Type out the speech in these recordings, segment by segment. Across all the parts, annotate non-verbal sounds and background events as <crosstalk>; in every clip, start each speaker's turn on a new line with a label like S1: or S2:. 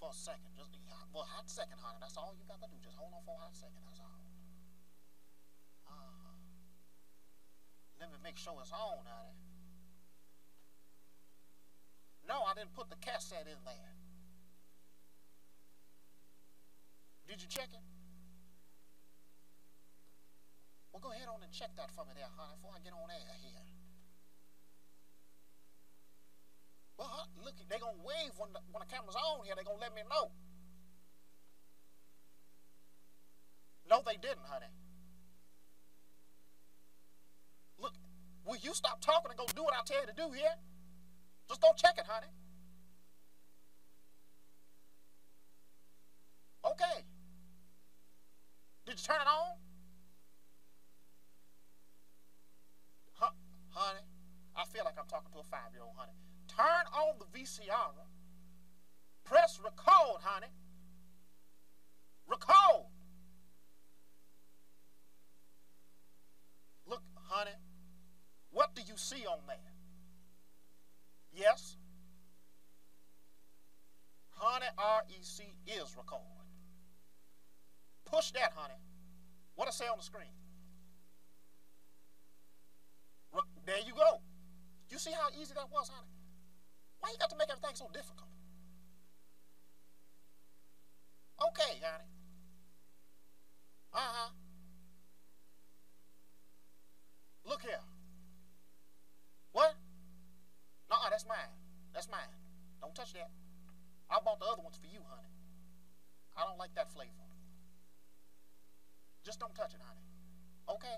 S1: for a second. Just well, hot second, honey. That's all you got to do. Just hold on for a hot second. That's all. Uh-huh. Let me make sure it's on, honey. No, I didn't put the cassette in there. Did you check it? Well, go ahead on and check that for me there, honey, before I get on air here. Well, huh, look, they gonna wave when the, when the camera's on here. They gonna let me know. No, they didn't, honey. Look, will you stop talking and go do what I tell you to do here? Just don't check it, honey. Okay. Did you turn it on? Huh, honey, I feel like I'm talking to a five-year-old, honey. Turn on the VCR. Press record, honey. Record. Look, honey, what do you see on there? Yes? Honey, REC is record. Push that, honey. What I say on the screen? Re- there you go. You see how easy that was, honey? Why you got to make everything so difficult? Okay, honey. Uh-huh. Look here. What? No, that's mine. That's mine. Don't touch that. I bought the other ones for you, honey. I don't like that flavor. Just don't touch it, honey. Okay?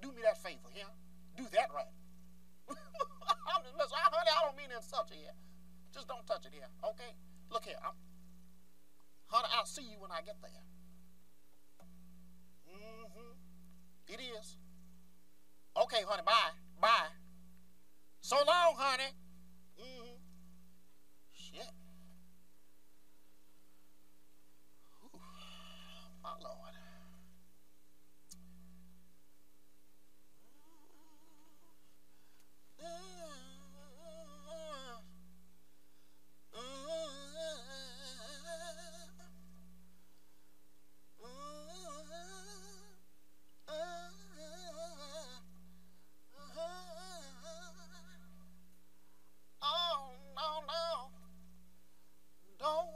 S1: Do me that favor, yeah? Do that right. <laughs> I'm just messing. honey, I don't mean to insult you here. Just don't touch it here, okay? Look here, I'm, honey, I'll see you when I get there. Mm-hmm. It is. Okay, honey, bye. Bye. So long, honey. Mm-hmm. Shit. Whew. My lord. Oh, no, no. Don't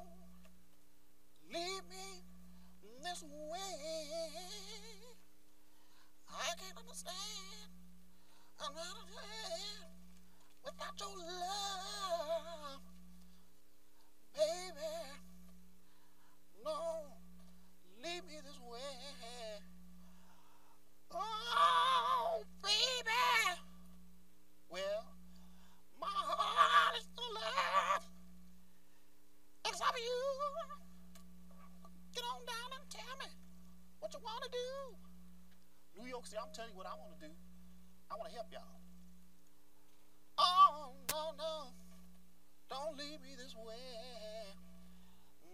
S1: leave me this way. I can't understand another day without your love, baby. No, leave me this way. Oh, baby. Well, my heart is full of except for you. Get on down and tell me what you want to do. New York City, I'm telling you what I want to do. I want to help y'all. Oh, no, no. Don't leave me this way.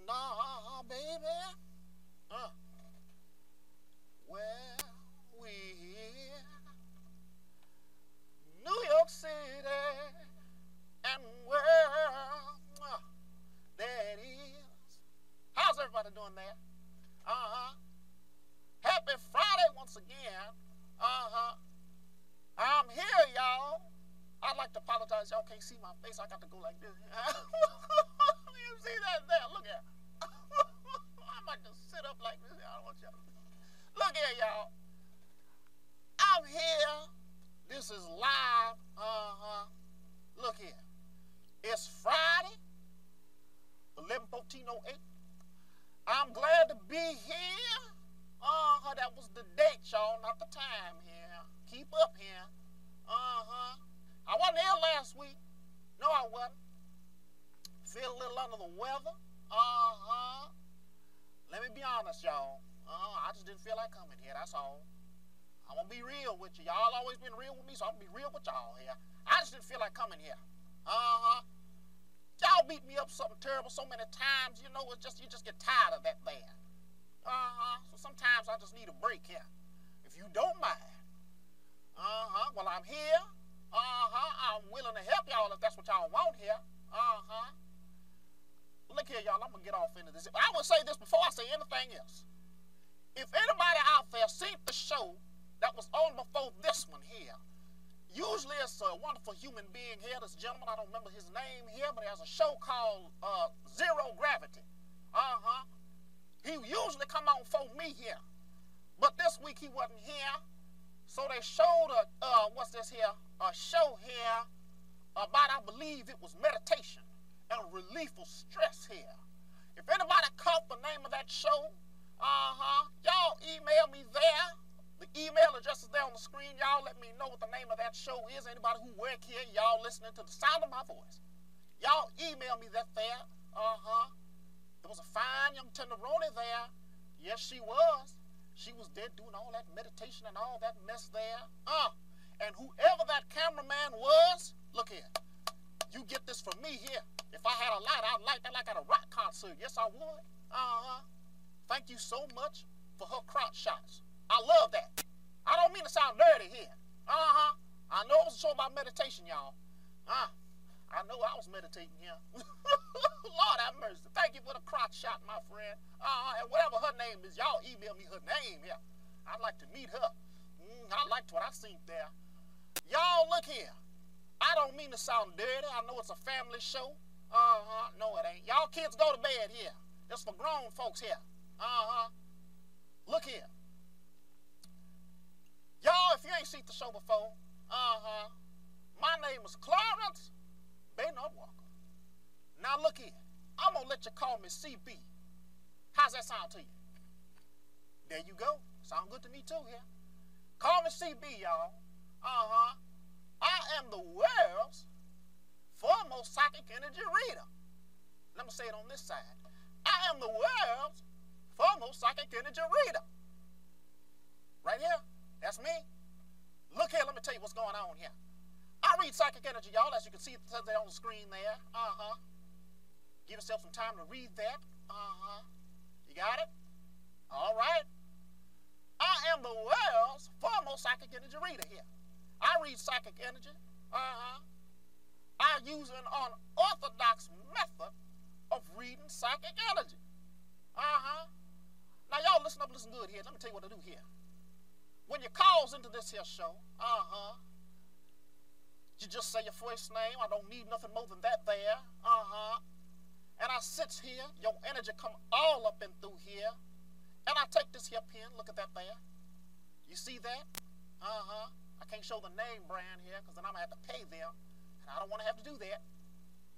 S1: Nah, baby. Uh. Well, we here. New York City and world. Mwah. There it is. How's everybody doing there? Uh-huh. Happy Friday once again. Uh-huh. I'm here, y'all. I'd like to apologize. Y'all can't see my face. I got to go like this. <laughs> you see that there? Look at. <laughs> I might just sit up like this. I don't want y'all. Look here, y'all. I'm here. This is live. Uh huh. Look here. It's Friday, 11:1408. I'm glad to be here. Uh huh. That was the date, y'all, not the time here. Keep up here. Uh huh. I wasn't ill last week. No, I wasn't. Feel a little under the weather. Uh huh. Let me be honest, y'all. Uh, I just didn't feel like coming here. That's all. I'm gonna be real with you. Y'all always been real with me, so I'm gonna be real with y'all here. I just didn't feel like coming here. Uh huh. Y'all beat me up something terrible so many times. You know, it's just you just get tired of that there. Uh huh. So sometimes I just need a break here. If you don't mind. Uh huh. Well, I'm here. Uh-huh. Uh huh. I'm willing to help y'all if that's what y'all want here. Uh huh. Uh-huh. look here, y'all. I'm gonna get off into this. I would say this before I say anything else. If anybody out there seen the show that was on before this one here, usually it's a wonderful human being here. This gentleman, I don't remember his name here, but he has a show called uh, Zero Gravity. Uh huh. He usually come on for me here, but this week he wasn't here. So they showed a uh, what's this here? A show here about I believe it was meditation and relief of stress here. If anybody caught the name of that show, uh-huh, y'all email me there. The email address is there on the screen. Y'all let me know what the name of that show is. Anybody who work here, y'all listening to the sound of my voice. Y'all email me that there. Uh-huh. There was a fine young tenderoni there. Yes, she was. She was there doing all that meditation and all that mess there. Uh. And whoever that cameraman was, look here. You get this from me here. If I had a light, I'd light that like at a rock concert. Yes, I would. Uh-huh. Thank you so much for her crotch shots. I love that. I don't mean to sound nerdy here. Uh-huh. I know it was a show about meditation, y'all. Uh, I know I was meditating here. <laughs> Lord have mercy. Thank you for the crotch shot, my friend. Uh-huh. And whatever her name is, y'all email me her name here. I'd like to meet her. Mm, I liked what I seen there. Y'all look here. I don't mean to sound dirty. I know it's a family show. Uh huh. No, it ain't. Y'all kids go to bed here. It's for grown folks here. Uh huh. Look here. Y'all, if you ain't seen the show before, uh huh. My name is Clarence Baynard Walker. Now look here. I'm gonna let you call me CB. How's that sound to you? There you go. Sound good to me too here. Call me CB, y'all. Uh huh. I am the world's foremost psychic energy reader. Let me say it on this side. I am the world's foremost psychic energy reader. Right here. That's me. Look here, let me tell you what's going on here. I read psychic energy, y'all, as you can see it says there on the screen there. Uh huh. Give yourself some time to read that. Uh huh. You got it? All right. I am the world's foremost psychic energy reader here. I read psychic energy. Uh-huh. I use an unorthodox method of reading psychic energy. Uh-huh. Now y'all listen up, listen good here. Let me tell you what to do here. When you calls into this here show, uh-huh, you just say your first name. I don't need nothing more than that there. Uh-huh. And I sits here, your energy come all up and through here. And I take this here pen, look at that there. You see that? Uh-huh. I can't show the name brand here because then I'm going to have to pay them, and I don't want to have to do that.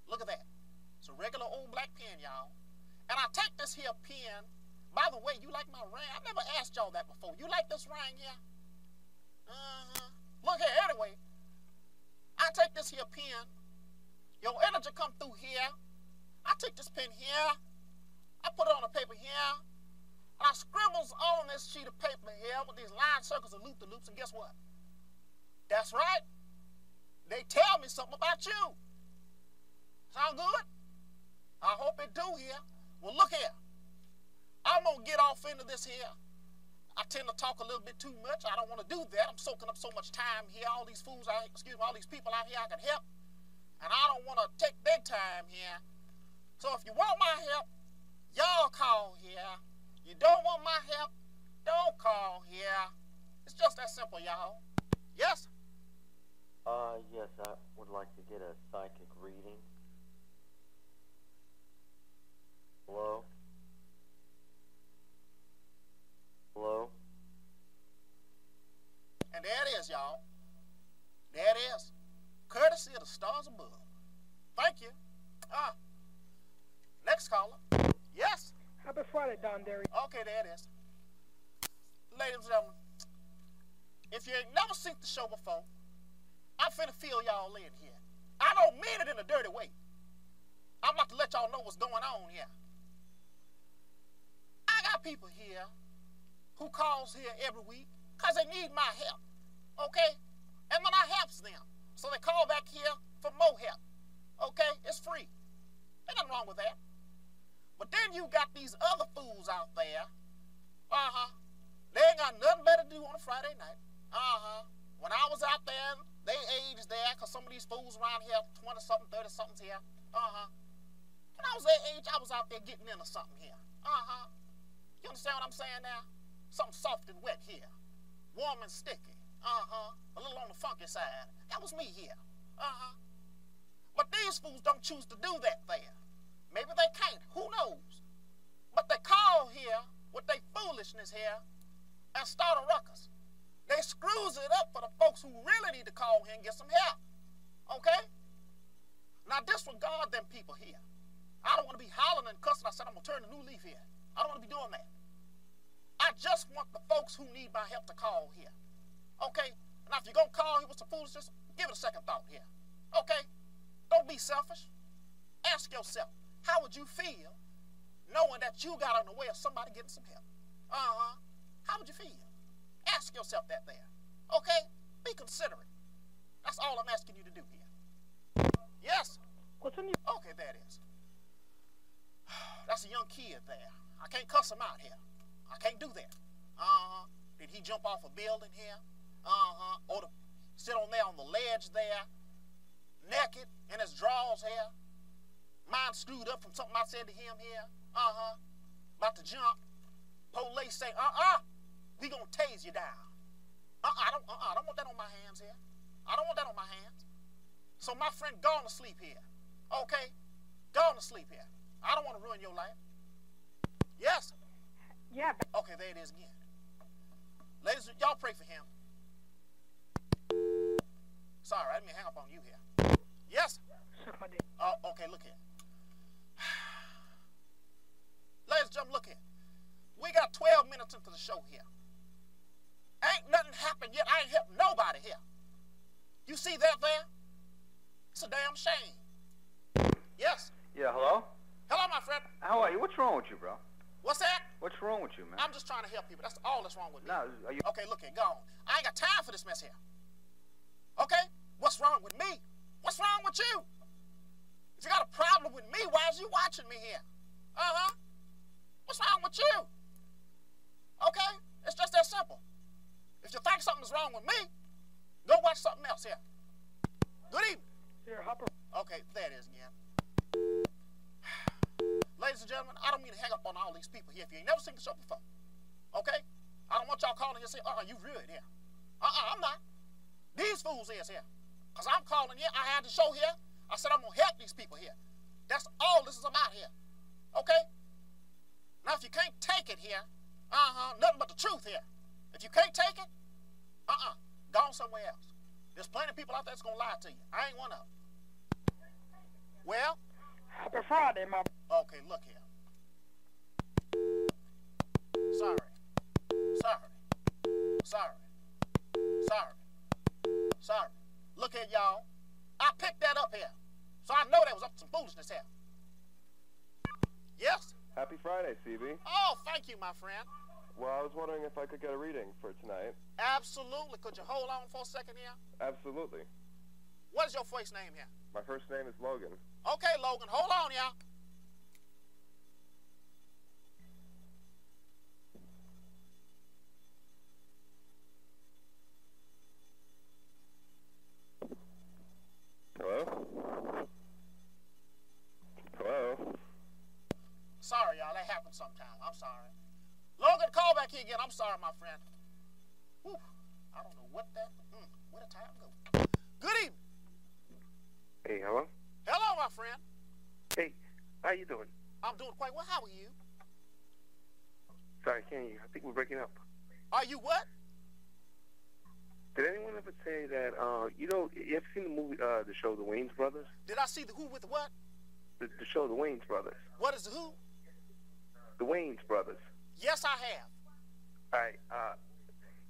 S1: Look at that. It's a regular old black pen, y'all. And I take this here pen. By the way, you like my ring? I never asked y'all that before. You like this ring, yeah? Uh-huh. Look here, anyway. I take this here pen. Your energy come through here. I take this pen here. I put it on the paper here. And I scribbles on this sheet of paper here with these line circles and loop-the-loops, and guess what? That's right. They tell me something about you. Sound good? I hope it do here. Well, look here. I'm gonna get off into this here. I tend to talk a little bit too much. I don't want to do that. I'm soaking up so much time here. All these fools, I excuse me, all these people out here I can help, and I don't want to take their time here. So if you want my help, y'all call here. You don't want my help, don't call here. It's just that simple, y'all. Yes,
S2: Uh, yes, I would like to get a psychic reading. Hello? Hello?
S1: And there it is, y'all. There it is. Courtesy of the stars above. Thank you. Ah. Next caller. Yes.
S3: Happy Friday, Don Derry.
S1: Okay, there it is. Ladies and gentlemen, if you ain't never seen the show before, I'm finna feel y'all in here. I don't mean it in a dirty way. I'm about to let y'all know what's going on here. I got people here who calls here every week because they need my help, okay? And then I helps them. So they call back here for more help, okay? It's free. Ain't nothing wrong with that. But then you got these other fools out there. Uh huh. They ain't got nothing better to do on a Friday night. Uh huh. When I was out there, they age there, because some of these fools around here, 20 something, 30 somethings here. Uh huh. When I was that age, I was out there getting into something here. Uh huh. You understand what I'm saying now? Something soft and wet here, warm and sticky. Uh huh. A little on the funky side. That was me here. Uh huh. But these fools don't choose to do that there. Maybe they can't. Who knows? But they call here with their foolishness here and start a ruckus. They screws it up for the folks who really need to call here and get some help. Okay? Now disregard them people here. I don't want to be hollering and cussing. I said I'm gonna turn a new leaf here. I don't want to be doing that. I just want the folks who need my help to call here. Okay? Now if you're gonna call here with some foolishness, give it a second thought here. Okay? Don't be selfish. Ask yourself, how would you feel knowing that you got in the way of somebody getting some help? Uh-huh. How would you feel? Ask yourself that there. Okay? Be considerate. That's all I'm asking you to do here. Yes?
S2: What's in your
S1: Okay, there it is. <sighs> That's a young kid there. I can't cuss him out here. I can't do that. Uh huh. Did he jump off a building here? Uh huh. Or to sit on there on the ledge there, naked in his drawers here. Mind screwed up from something I said to him here. Uh huh. About to jump. Police say, uh uh we gonna tase you down. Uh uh I don't, uh uh I don't want that on my hands here. I don't want that on my hands. So my friend, go on to sleep here. Okay? Go on to sleep here. I don't want to ruin your life. Yes?
S3: Yeah, but
S1: Okay, there it is again. Ladies, y'all pray for him. Sorry, I didn't mean to hang up on you here. Yes?
S3: somebody.
S1: Uh, okay, look here. <sighs> Ladies and gentlemen, look here. We got 12 minutes into the show here. Ain't nothing happened yet. I ain't helped nobody here. You see that there? It's a damn shame. Yes.
S4: Yeah, hello?
S1: Hello, my friend.
S4: How are you? What's wrong with you, bro?
S1: What's that?
S4: What's wrong with you, man?
S1: I'm just trying to help people. That's all that's wrong with me.
S4: No, are you
S1: Okay, look here, go on. I ain't got time for this mess here. Okay? What's wrong with me? What's wrong with you? If you got a problem with me, why is you watching me here? Uh-huh. What's wrong with you? Okay? It's just that simple. If you think something's wrong with me, go watch something else here. Good evening.
S3: Here, Hopper.
S1: Okay, there it is again. <sighs> Ladies and gentlemen, I don't mean to hang up on all these people here if you ain't never seen the show before. Okay? I don't want y'all calling here and saying, uh-uh, you rude here. Uh-uh, I'm not. These fools is here. Because I'm calling here. I had the show here. I said I'm going to help these people here. That's all this is about here. Okay? Now, if you can't take it here, uh-huh, nothing but the truth here. If you can't take it, uh-uh, go on somewhere else. There's plenty of people out there that's going to lie to you. I ain't one of them. Well,
S3: Happy Friday, my.
S1: Okay, look here. Sorry. Sorry. Sorry. Sorry. Sorry. Look here, y'all. I picked that up here. So I know that was up to some foolishness here. Yes?
S5: Happy Friday, CB.
S1: Oh, thank you, my friend.
S5: Well, I was wondering if I could get a reading for tonight.
S1: Absolutely. Could you hold on for a second here?
S5: Absolutely.
S1: What is your first name here?
S5: My first name is Logan.
S1: Okay, Logan, hold on, y'all.
S5: Hello? Hello?
S1: Sorry, y'all. That happens sometime. I'm sorry. Logan, call back here again. I'm sorry, my friend. Whew. I don't know what that. Mm, where the time go? Good evening.
S6: Hey, hello.
S1: Hello, my friend.
S6: Hey, how you doing?
S1: I'm doing quite well. How are you?
S6: Sorry, can't you? I think we're breaking up.
S1: Are you what?
S6: Did anyone ever say that? Uh, you know, you ever seen the movie, uh, the show, The Wayne's Brothers?
S1: Did I see the who with the what?
S6: The, the show, The Wayne's Brothers.
S1: What is the who?
S6: The Wayne's Brothers.
S1: Yes, I have.
S6: All right. Uh,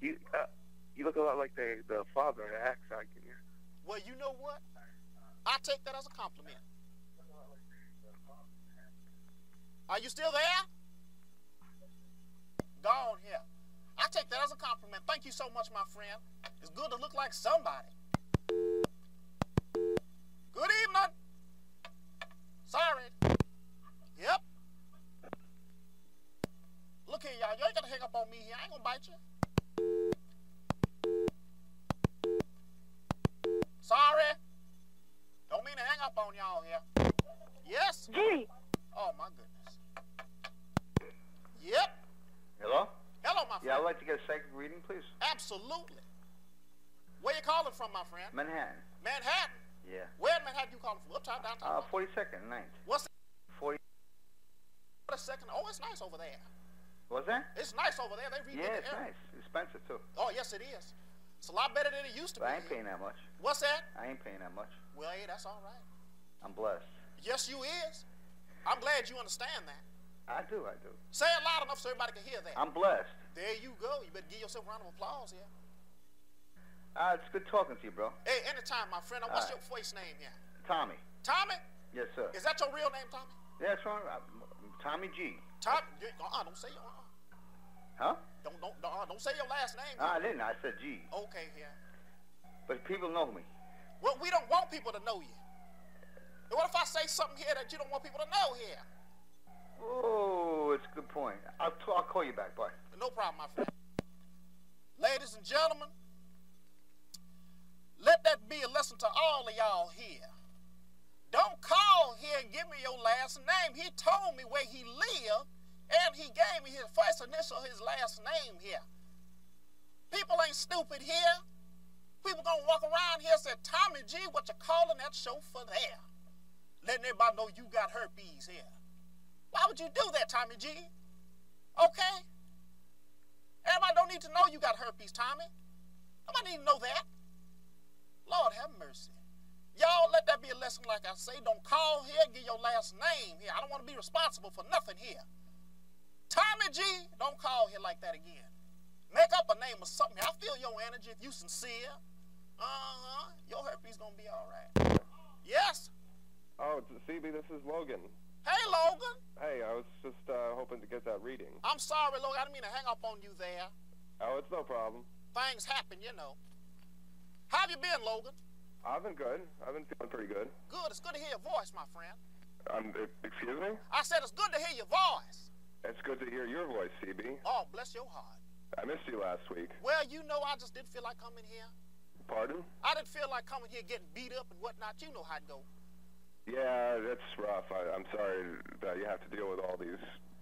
S6: you uh, you look a lot like the the father in the axe I can hear.
S1: Well, you know what? I take that as a compliment. Are you still there? Gone here. I take that as a compliment. Thank you so much, my friend. It's good to look like somebody. Good evening. Sorry. Yep. Look here, y'all. You ain't gonna hang up on me here. I ain't gonna bite you. Sorry. Don't mean to hang up on y'all here. Yes?
S3: Gee,
S1: Oh,
S4: psychic reading, please?
S1: Absolutely. Where you calling from, my friend?
S4: Manhattan.
S1: Manhattan.
S4: Yeah.
S1: Where in Manhattan you calling from? Uptown, downtown?
S4: Uh,
S1: what?
S4: 42nd, ninth.
S1: What's
S4: 40.
S1: the second? Oh, it's nice over there.
S4: Was that?
S1: It's nice over there. They redid
S4: Yeah,
S1: the
S4: it's
S1: area.
S4: nice. Expensive, too.
S1: Oh, yes, it is. It's a lot better than it used to
S4: But I
S1: be.
S4: ain't paying that much.
S1: What's that?
S4: I ain't paying that much.
S1: Well, hey, that's all right.
S4: I'm blessed.
S1: Yes, you is. I'm glad you understand that.
S4: I do, I do.
S1: Say it loud enough so everybody can hear that.
S4: I'm blessed.
S1: There you go. You better give yourself a round of applause here.
S4: Uh, it's good talking to you, bro.
S1: Hey, anytime, my friend. Now, what's
S4: All
S1: your voice name here?
S4: Tommy.
S1: Tommy?
S4: Yes, sir.
S1: Is that your real name, Tommy?
S4: Yeah, that's right. I'm- I'm Tommy G.
S1: Tom, you, uh-uh, don't say your, uh-uh.
S4: Huh?
S1: Don't, don't, uh-uh, don't say your last name.
S4: No, I didn't. I said G.
S1: Okay, yeah.
S4: But people know me.
S1: Well, we don't want people to know you. And what if I say something here that you don't want people to know here?
S4: Oh, it's a good point. I'll, t- I'll call you back. Bye.
S1: No problem, my friend. Ladies and gentlemen, let that be a lesson to all of y'all here. Don't call here and give me your last name. He told me where he lived, and he gave me his first initial, his last name here. People ain't stupid here. People gonna walk around here and say, Tommy G, what you calling that chauffeur there? Letting everybody know you got herpes here. Why would you do that, Tommy G? Okay? Everybody don't need to know you got herpes, Tommy. Nobody need to know that. Lord have mercy. Y'all let that be a lesson, like I say. Don't call here, get your last name here. I don't want to be responsible for nothing here. Tommy G, don't call here like that again. Make up a name or something. I feel your energy if you sincere. Uh-huh. Your herpes gonna be all right. Yes.
S5: Oh, d- CB, this is Logan.
S1: Hey, Logan.
S5: Hey, I was just uh, hoping to get that reading.
S1: I'm sorry, Logan. I didn't mean to hang up on you there.
S5: Oh, it's no problem.
S1: Things happen, you know. How have you been, Logan?
S5: I've been good. I've been feeling pretty good.
S1: Good. It's good to hear your voice, my friend.
S5: Um, e- excuse me?
S1: I said it's good to hear your voice.
S5: It's good to hear your voice, CB.
S1: Oh, bless your heart.
S5: I missed you last week.
S1: Well, you know, I just didn't feel like coming here.
S5: Pardon?
S1: I didn't feel like coming here getting beat up and whatnot. You know how it go.
S5: Yeah, that's rough. I, I'm sorry that you have to deal with all these,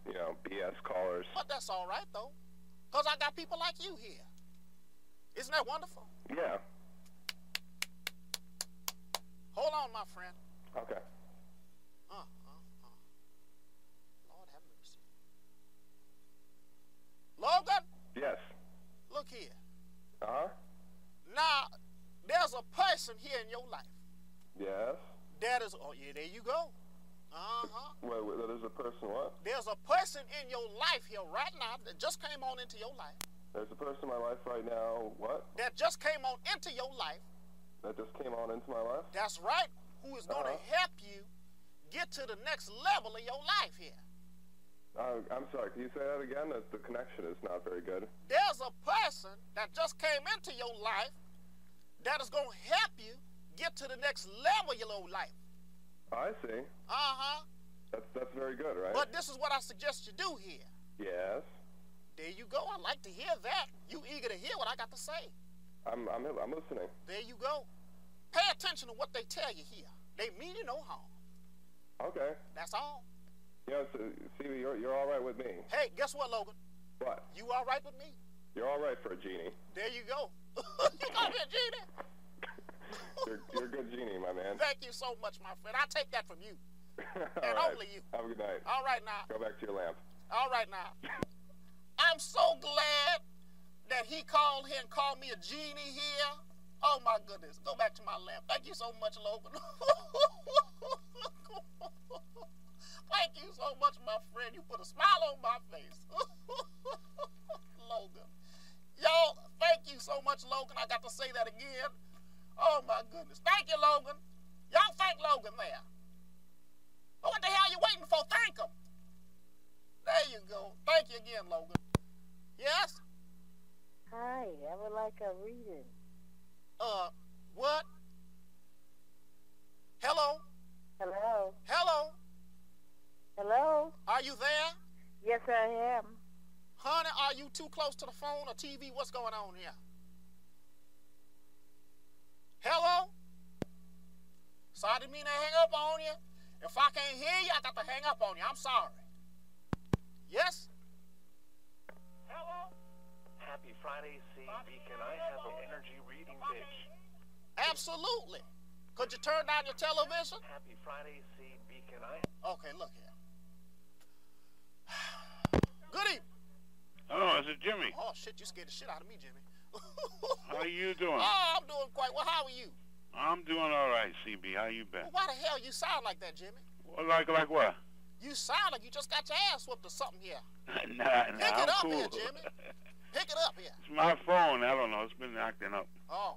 S5: you know, BS callers.
S1: But that's all right, though. Because I got people like you here. Isn't that wonderful?
S5: Yeah.
S1: Hold on, my friend.
S5: Okay.
S1: Uh, uh, uh. Lord have mercy. Logan,
S5: Yes.
S1: look here.
S5: Uh huh.
S1: Now, there's a person here in your life.
S5: Yes.
S1: That is, oh, yeah, there you go. Uh huh.
S5: Wait, wait, there's a person what?
S1: There's a person in your life here right now that just came on into your life.
S5: There's a person in my life right now. What?
S1: That just came on into your life.
S5: That just came on into my life?
S1: That's right. Who is going to
S5: Uh-huh.
S1: help you get to the next level of your life here?
S5: Uh, I'm sorry. Can you say that again? The, the connection is not very good.
S1: There's a person that just came into your life that is going to help you get to the next level of your life.
S5: I see.
S1: Uh huh.
S5: That's that's very good, right?
S1: But this is what I suggest you do here.
S5: Yes.
S1: There you go. I like to hear that. You eager to hear what I got to say.
S5: I'm I'm I'm listening.
S1: There you go. Pay attention to what they tell you here. They mean you no harm.
S5: Okay.
S1: That's all.
S5: Yes. uh, See, you're you're all right with me.
S1: Hey, guess what, Logan?
S5: What?
S1: You all right with me?
S5: You're all right for a genie.
S1: There you go. <laughs> you got me a genie.
S5: You're you're a good genie,
S1: <laughs>
S5: my man.
S1: Thank you so much, my friend. I take that from you.
S5: <laughs> all
S1: and
S5: right.
S1: only you. Uh,
S5: Have a good night.
S1: All right now.
S5: Go back to your lamp.
S1: All right now. I'm so glad that he called here and called me a genie here. Oh my goodness. Go back to my lamp. Thank you so much, Logan. <laughs> Thank you so much, my friend. You put a smile on my face. <laughs> Logan. Y'all, thank you so much, Logan. I got to say that again. Oh my goodness. Thank you, Logan. Y'all thank Logan there. But what the hell you waiting for? Thank him. There you go. Thank you again, Logan. Yes?
S7: Hi, I would like a reading.
S1: Uh, what? Hello?
S7: Hello?
S1: Hello?
S7: Hello?
S1: Are you there?
S7: Yes, I am.
S1: Honey, are you too close to the phone or TV? What's going on here? Hello? Sorry, I didn't mean to hang up on you. If I can't hear you, I got to hang up on you. I'm sorry. Yes? Hello?
S8: Happy Friday, CB. Can I have an energy reading, bitch?
S1: Absolutely. Could you turn down your television?
S8: Happy Friday, CB. Can I?
S1: Okay, look here. <sighs> Good evening.
S9: Oh, is it Jimmy?
S1: Oh shit, you scared the shit out of me, Jimmy. <laughs>
S9: How you doing?
S1: Oh, I'm doing quite well. How are you?
S9: I'm doing all right, CB. How you been?
S1: Well, why the hell you sound like that, Jimmy?
S9: Well, Like like what? <laughs>
S1: You sound like you just got your ass whooped or something here.
S9: nah, nah,
S1: Pick
S9: I'm
S1: it up
S9: cool.
S1: here,
S9: <laughs>
S1: Jimmy. Pick it up here.
S9: It's my phone. I don't know. It's been acting up.
S1: Oh.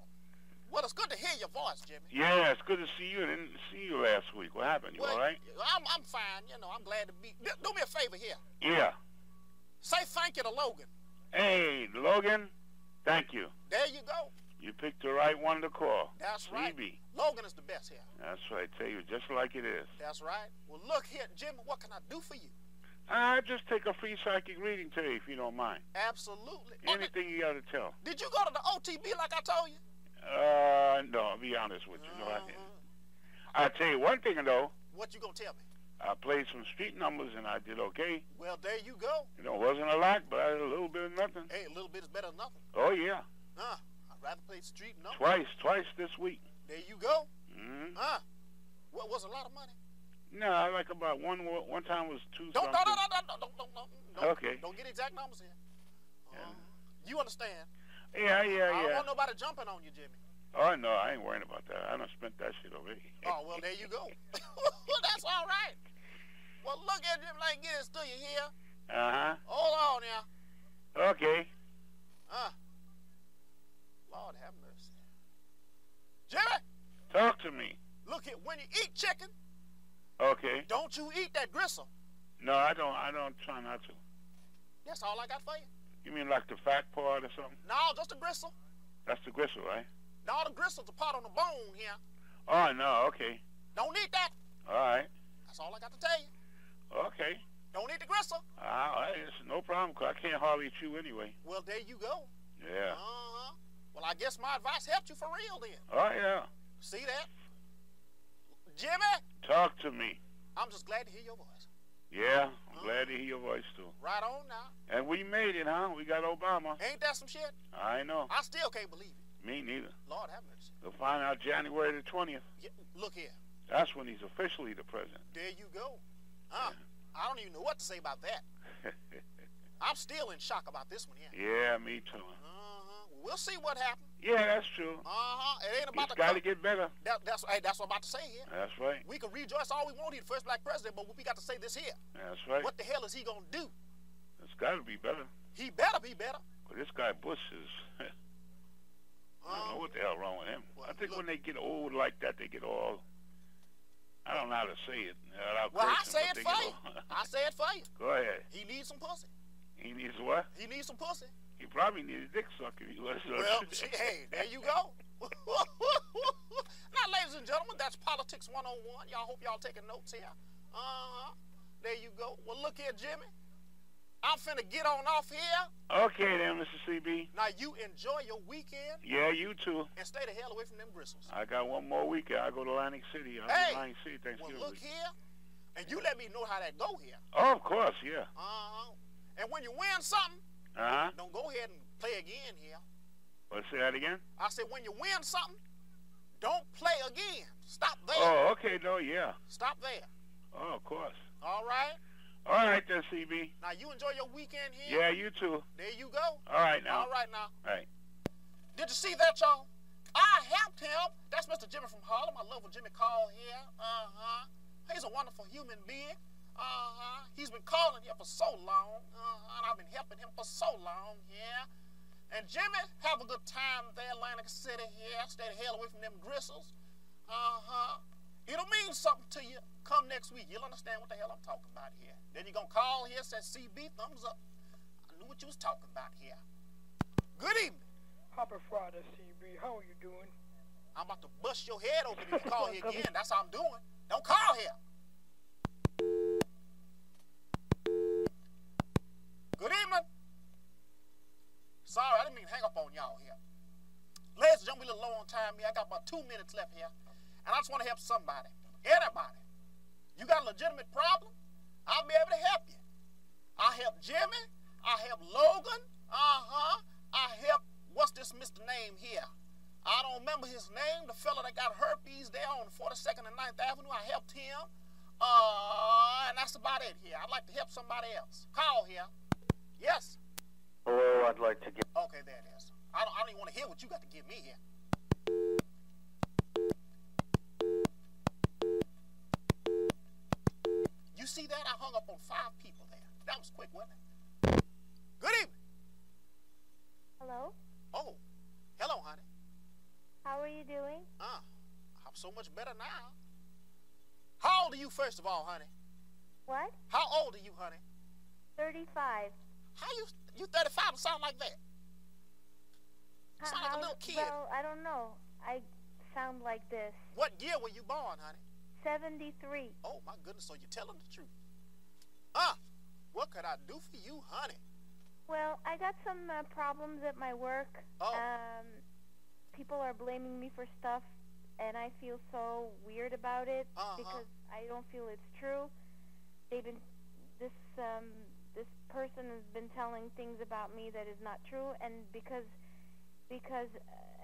S1: Well, it's good to hear your voice, Jimmy.
S9: Yeah, it's good to see you. I didn't see you last week. What happened? You
S1: well,
S9: all right?
S1: I'm, I'm fine. You know, I'm glad to be. Do do me a favor here.
S9: Yeah.
S1: Say thank you to Logan.
S9: Hey, Logan. Thank you.
S1: There you go.
S9: You picked the right one to call.
S1: That's
S9: CB.
S1: right. Logan is the best here.
S9: That's right. Tell you just like it is.
S1: That's right. Well, look here, Jimmy. What can I do for you?
S9: I Uh, just take a free psychic reading today, if you don't mind.
S1: Absolutely. Oh, did,
S9: Anything you got to tell.
S1: did you go to the OTB like I told you?
S9: Uh, no, I'll be honest with you. No, I didn't.
S1: Uh-huh.
S9: I'll tell you one thing, though.
S1: What you gonna tell me?
S9: I played some street numbers and I did okay.
S1: Well, there you go.
S9: You know, it wasn't a lot, but I did a little bit of nothing.
S1: Hey, a little bit is better than nothing.
S9: Oh, yeah.
S1: Huh? I'd rather play street number.
S9: Twice, twice this week.
S1: There you go.
S9: Mm-hmm.
S1: Huh? What was a lot of money?
S9: No, like about one wa- one time was
S1: Don't,
S9: 2 something.
S1: don't, don't, don't, don't, don't, don't, don't,
S9: Okay.
S1: Don't get exact numbers here.
S9: Yeah.
S1: Um, you understand?
S9: Yeah,
S1: I
S9: yeah,
S1: don't
S9: yeah.
S1: want nobody jumping on you, Jimmy.
S9: Oh no, I ain't worrying about that. I don't spent that shit already.
S1: Oh well, there you go. <laughs> well, that's all right. Well, look at Jimmy. Like get this to you here.
S9: Uh
S1: Hold on now.
S9: huh. Okay.
S1: Huh? Lord have mercy. Jimmy,
S9: Talk to me.
S1: look here. When you eat chicken,
S9: Okay.
S1: don't you eat that gristle.
S9: No, I don't. I don't try not to.
S1: That's all I got for you.
S9: You mean like the fat part or something?
S1: No, just the gristle.
S9: That's the gristle, right?
S1: No, the gristle's a part on the bone here.
S9: Oh no. Okay.
S1: Don't eat that.
S9: All right.
S1: That's all I got to tell you.
S9: Okay.
S1: Don't eat the gristle.
S9: Uh, I- it's no problem 'cause I can't hardly chew anyway.
S1: Well, there you go.
S9: Yeah.
S1: Uh-huh. Well, I guess my advice helped you for real then.
S9: Oh yeah.
S1: See that? Jimmy,
S9: Talk to me.
S1: I'm just glad to hear your voice.
S9: Yeah. I'm glad to hear your voice too.
S1: Right on now.
S9: And we made it, huh? We got Obama.
S1: Ain't that some shit?
S9: I know.
S1: I still can't believe it.
S9: Me neither.
S1: Lord have mercy.
S9: They'll find out January the twentieth.
S1: Yeah, look here.
S9: That's when he's officially the president.
S1: There you go. Huh? I don't even know what to say about that. I'm still in shock about this one here.
S9: yeah, me too.
S1: Uh-huh. Well, we'll see what happens.
S9: Yeah, that's true.
S1: Uh-huh. It ain't about
S9: It's
S1: to
S9: got
S1: come.
S9: to get better.
S1: That, that's, hey, that's what I'm about to say here.
S9: That's right.
S1: We can rejoice all we want. He's the first black president, but we got to say this here.
S9: That's right.
S1: What the hell is he going to do?
S9: It's got to be better.
S1: He better be better.
S9: But this guy Bush is. <laughs> I don't know
S1: Um,
S9: what the hell wrong with him. I think when they get old like that, they get all. I don't know how to say it. without
S1: Well, I
S9: cursing,
S1: say
S9: but
S1: it
S9: they
S1: for
S9: get
S1: you.
S9: all- <laughs>
S1: I say it for you.
S9: Go ahead.
S1: He needs some pussy.
S9: He needs what?
S1: He needs some
S9: <laughs>
S1: pussy.
S9: He probably needs a dick suck if he was.
S1: Well, she, hey, there you go. <laughs> now, ladies and gentlemen, that's Politics 101. Y'all hope y'all taking notes here. Uh-huh. There you go. Well, look here, Jimmy. I'm finna get on off here.
S9: Okay then, Mr. CB.
S1: Now, you enjoy your weekend
S9: Yeah, you too.
S1: and stay the hell away from them bristles.
S9: I got one more weekend. I go to Atlantic City. I'll
S1: Hey.
S9: be in Atlantic City
S1: Well,
S9: Thanksgiving.
S1: look
S9: week.
S1: here, and you let me know how that go here.
S9: Oh, of course, yeah.
S1: Uh-huh. And when you win something,
S9: Uh huh.
S1: don't go ahead and play again here.
S9: Let's say that again.
S1: I said, when you win something, don't play again. Stop there.
S9: Oh, okay, no, yeah.
S1: Stop there.
S9: Oh, of course.
S1: All right.
S9: All right then, CB.
S1: Now you enjoy your weekend here.
S9: Yeah, you too.
S1: There you go.
S9: All right now.
S1: All right now.
S9: All right.
S1: Did you see that, y'all? I helped him. That's Mr. Jimmy from Harlem. I love what Jimmy called here. Uh huh. He's a wonderful human being. Uh huh. He's been calling here for so long. Uh huh. And I've been helping him for so long here. And Jimmy, have a good time there, Atlantic City here. Stay the hell away from them gristles. Uh huh. It'll mean something to you come next week. You'll understand what the hell I'm talking about here. Then you're going to call here, say CB, thumbs up. I knew what you was talking about here. Good evening.
S3: Happy Friday, CB. How are you doing?
S1: I'm about to bust your head open if you call here again. That's how I'm doing. Don't call here. Good evening. Sorry, I didn't mean to hang up on y'all here. Ladies and gentlemen, we a little low on time here. I got about two minutes left here. And I just want to help somebody. Anybody. You got a legitimate problem? I'll be able to help you. I help Jimmy. I help Logan. Uh huh. I helped, what's this Mr. Name here? I don't remember his name, the fella that got herpes there on 42nd and 9th Avenue. I helped him. Uh, and that's about it here. I'd like to help somebody else. Call here. Yes.
S2: Hello, I'd like to get.
S1: Okay, there it is. I don't, I don't even want to hear what you got to give me here. You see that? I hung up on five people there. That was quick, wasn't it? Good evening.
S7: Hello.
S1: Oh, hello, honey.
S7: How are you doing?
S1: Uh, I'm so much better now. How old are you, first of all, honey?
S7: What?
S1: How old are you, honey?
S7: 35.
S1: How you you 35 and sound like that?
S7: H-
S1: Sound like a little kid.
S7: Well, I don't know. I sound like this.
S1: What year were you born, honey?
S7: 73.
S1: Oh my goodness, so you're telling the truth. Ah, what could I do for you, honey?
S7: Well, I got some uh, problems at my work.
S1: Oh.
S7: Um, people are blaming me for stuff, and I feel so weird about it
S1: Uh-huh.
S7: because I don't feel it's true. They've been this um, this person has been telling things about me that is not true, and because because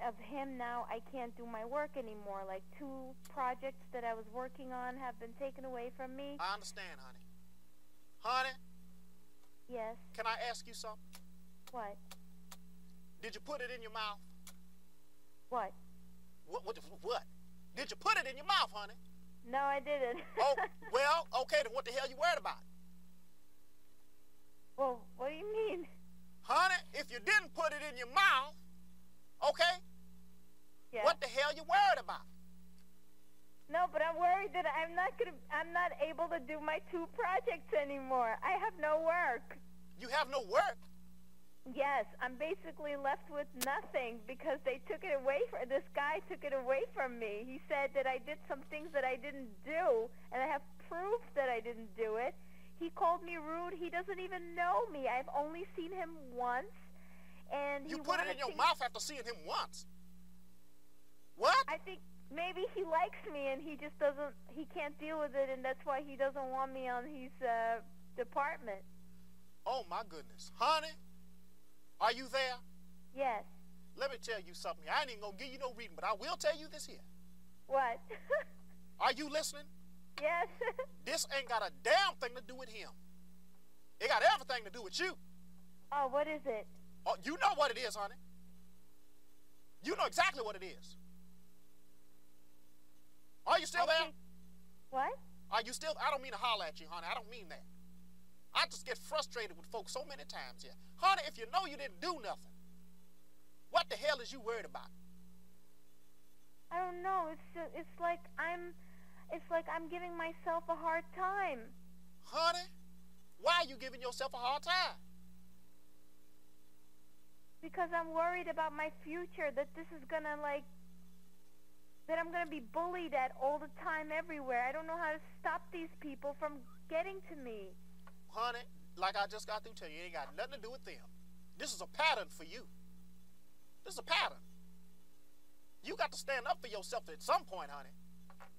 S7: of him now, I can't do my work anymore. Like two projects that I was working on have been taken away from me.
S1: I understand, honey. Honey,
S7: yes.
S1: can I ask you something?
S7: What?
S1: Did you put it in your mouth?
S7: What?
S1: What? What? what? Did you put it in your mouth, honey?
S7: No, I didn't. <laughs>
S1: Oh, well, okay, then what the hell you worried about?
S7: Well, what do you mean?
S1: Honey, if you didn't put it in your mouth, okay,
S7: Yeah.
S1: what the hell you worried about?
S7: No, but I'm worried that I'm not gonna, I'm not able to do my two projects anymore. I have no work.
S1: You have no work.
S7: Yes, I'm basically left with nothing because they took it away from this guy took it away from me. He said that I did some things that I didn't do, and I have proof that I didn't do it. He called me rude. He doesn't even know me. I've only seen him once, and he
S1: You put it
S7: wanted
S1: in your
S7: things-
S1: mouth after seeing him once. What?
S7: I think maybe he likes me and he just doesn't he can't deal with it and that's why he doesn't want me on his uh department.
S1: Oh my goodness. Honey, are you there?
S7: Yes.
S1: Let me tell you something. I ain't even gonna give you no reading, but I will tell you this here.
S7: What? <laughs>
S1: Are you listening?
S7: yes. <laughs>
S1: This ain't got a damn thing to do with him. It got everything to do with you.
S7: oh, what is it?
S1: Oh, you know what it is, honey. You know exactly what it is. Are you still
S7: I
S1: there?
S7: think- What?
S1: Are you still? I don't mean to holler at you, honey. I don't mean that. I just get frustrated with folks so many times here. Honey, if you know you didn't do nothing, what the hell is you worried about?
S7: I don't know. It's ju- it's like I'm it's like I'm giving myself a hard time.
S1: Honey, why are you giving yourself a hard time?
S7: because I'm worried about my future that this is gonna like that I'm gonna be bullied at all the time everywhere. I don't know how to stop these people from getting to me.
S1: Honey, like I just got through telling you, it ain't got nothing to do with them. This is a pattern for you. This is a pattern. You got to stand up for yourself at some point, honey.